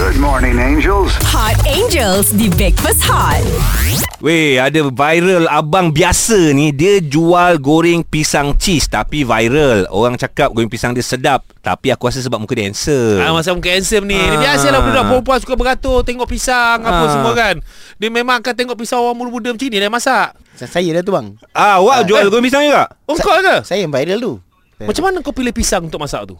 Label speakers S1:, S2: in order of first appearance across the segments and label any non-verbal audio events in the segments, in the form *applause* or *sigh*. S1: Good morning, angels.
S2: Hot Angels di Breakfast Hot.
S3: Weh, ada viral abang biasa ni Dia jual goreng pisang cheese Tapi viral Orang cakap goreng pisang dia sedap Tapi aku rasa sebab muka dia handsome
S4: Ah, masa muka handsome ni Ini
S3: Ah.
S4: biasalah budak perempuan Suka beratur Tengok pisang Apa
S3: Ah.
S4: semua kan Dia memang akan tengok pisang Orang muda-muda macam ni Dia masak
S5: Sa- Saya dah tu bang
S3: Ah, awak jual goreng pisang juga?
S4: Oh kau ke?
S5: Saya yang viral tu
S4: Macam mana kau pilih pisang untuk masak tu?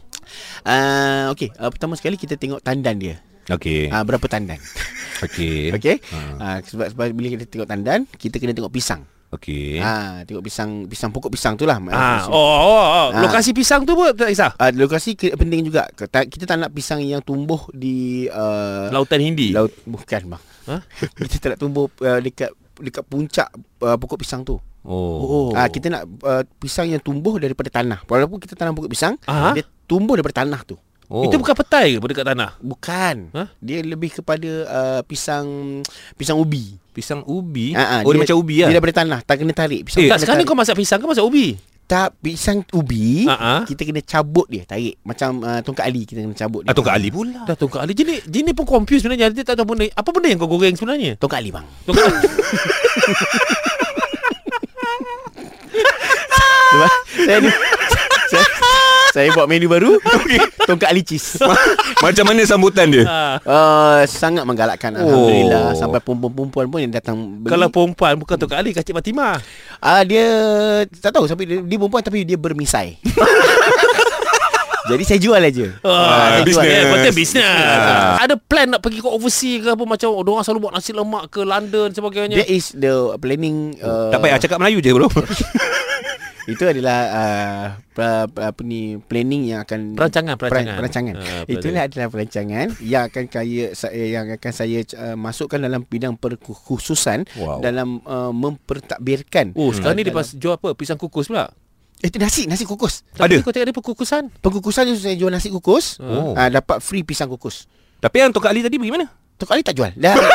S5: uh, Okay uh, Pertama sekali kita tengok tandan dia
S4: Eh.
S3: Okey
S5: uh, Berapa tandan
S3: Ah. Okey
S5: Okay
S4: Ah.
S5: uh, sebab, sebab bila kita tengok tandan Kita kena tengok pisang
S3: Okey
S5: Ah, Tengok pisang Pisang pokok pisang tu lah
S4: Eh. Ah, oh, oh, oh, oh.
S5: Ah.
S4: Lokasi pisang tu pun tak kisah.
S5: Uh, lokasi ke- penting juga Kita kita tak nak pisang yang tumbuh di uh,
S4: Lautan Hindi.
S5: laut bukan bang.
S4: Ha?
S5: *laughs* kita tak nak tumbuh uh, dekat dekat puncak uh, pokok pisang tu.
S3: Oh,
S5: Ah kita nak uh, pisang yang tumbuh daripada tanah. Walaupun kita tanam pokok pisang,
S4: Aha.
S5: dia tumbuh daripada tanah tu.
S3: oh.
S4: Itu bukan petai ke dekat tanah?
S5: Bukan.
S4: Ha?
S5: Dia lebih kepada uh, pisang pisang ubi.
S3: Pisang ubi
S5: Ah, ah,
S3: Oh, dia, macam ubi lah
S5: Dia daripada tanah, tak kena tarik. Pisang
S3: Eh,
S5: kena
S4: Tak, sekarang ni
S5: tarik.
S4: kau masak pisang ke masak ubi?
S5: tak pisang ubi,
S3: Ha,
S4: Ah, ah.
S5: kita kena cabut dia, tarik. Macam uh, tongkat ali kita kena cabut dia.
S3: Atau kat Ah, Ali pula
S4: Dah tungkak Ali Jenis, jenis pun confused sebenarnya Dia tak tahu benda Apa benda yang kau goreng sebenarnya
S5: Tongkat ali bang.
S4: Tungkak Ali
S5: *laughs* Sebab saya, saya, saya buat menu baru okay. Tongkat
S3: *laughs*
S5: licis
S3: Macam mana sambutan dia?
S4: Ah,
S5: uh, Sangat menggalakkan
S3: Oh.
S5: Alhamdulillah Sampai perempuan-perempuan pun yang datang beli
S4: Kalau perempuan Bukan tungkak Ali Kacik Fatimah
S5: uh, Dia tak tahu sampai dia, dia perempuan tapi dia bermisai *laughs* Jadi saya jual aja
S4: Ah,
S3: Ah,
S4: jual,
S3: business.
S4: eh, Content business
S3: Ah.
S4: Ada plan nak pergi ke overseas ke apa Macam orang selalu buat nasi lemak ke London sebagainya
S5: That is the planning uh,
S3: Tak payah cakap Melayu *laughs* je bro
S5: Itu adalah uh, pra, pra, apa ni planning yang akan
S4: Perancangan, perancangan.
S5: perancangan.
S4: Ah, perancangan.
S5: Itulah adalah perancangan yang akan kaya saya yang akan saya uh, masukkan dalam bidang perkhususan
S3: Wow.
S5: dalam uh, mempertakbirkan.
S4: Oh sekarang
S5: Ah,
S4: ni dia
S5: dalam-
S4: pas, jual apa Pisang kukus pula
S5: Eh, itu nasi nasi kukus.
S3: Ada?
S4: Tapi kau tengok dia perkukusan
S5: Pengkukusan itu saya jual nasi kukus.
S3: Oh.
S5: Oh. Uh, dapat free pisang kukus.
S3: Tapi yang Tok Ali tadi pergi mana?
S5: Tok Ali tak jual. Dah.
S4: *laughs*
S5: dah.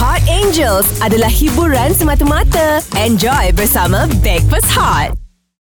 S2: Hot Angels adalah hiburan semata-mata. Enjoy bersama Breakfast Hot.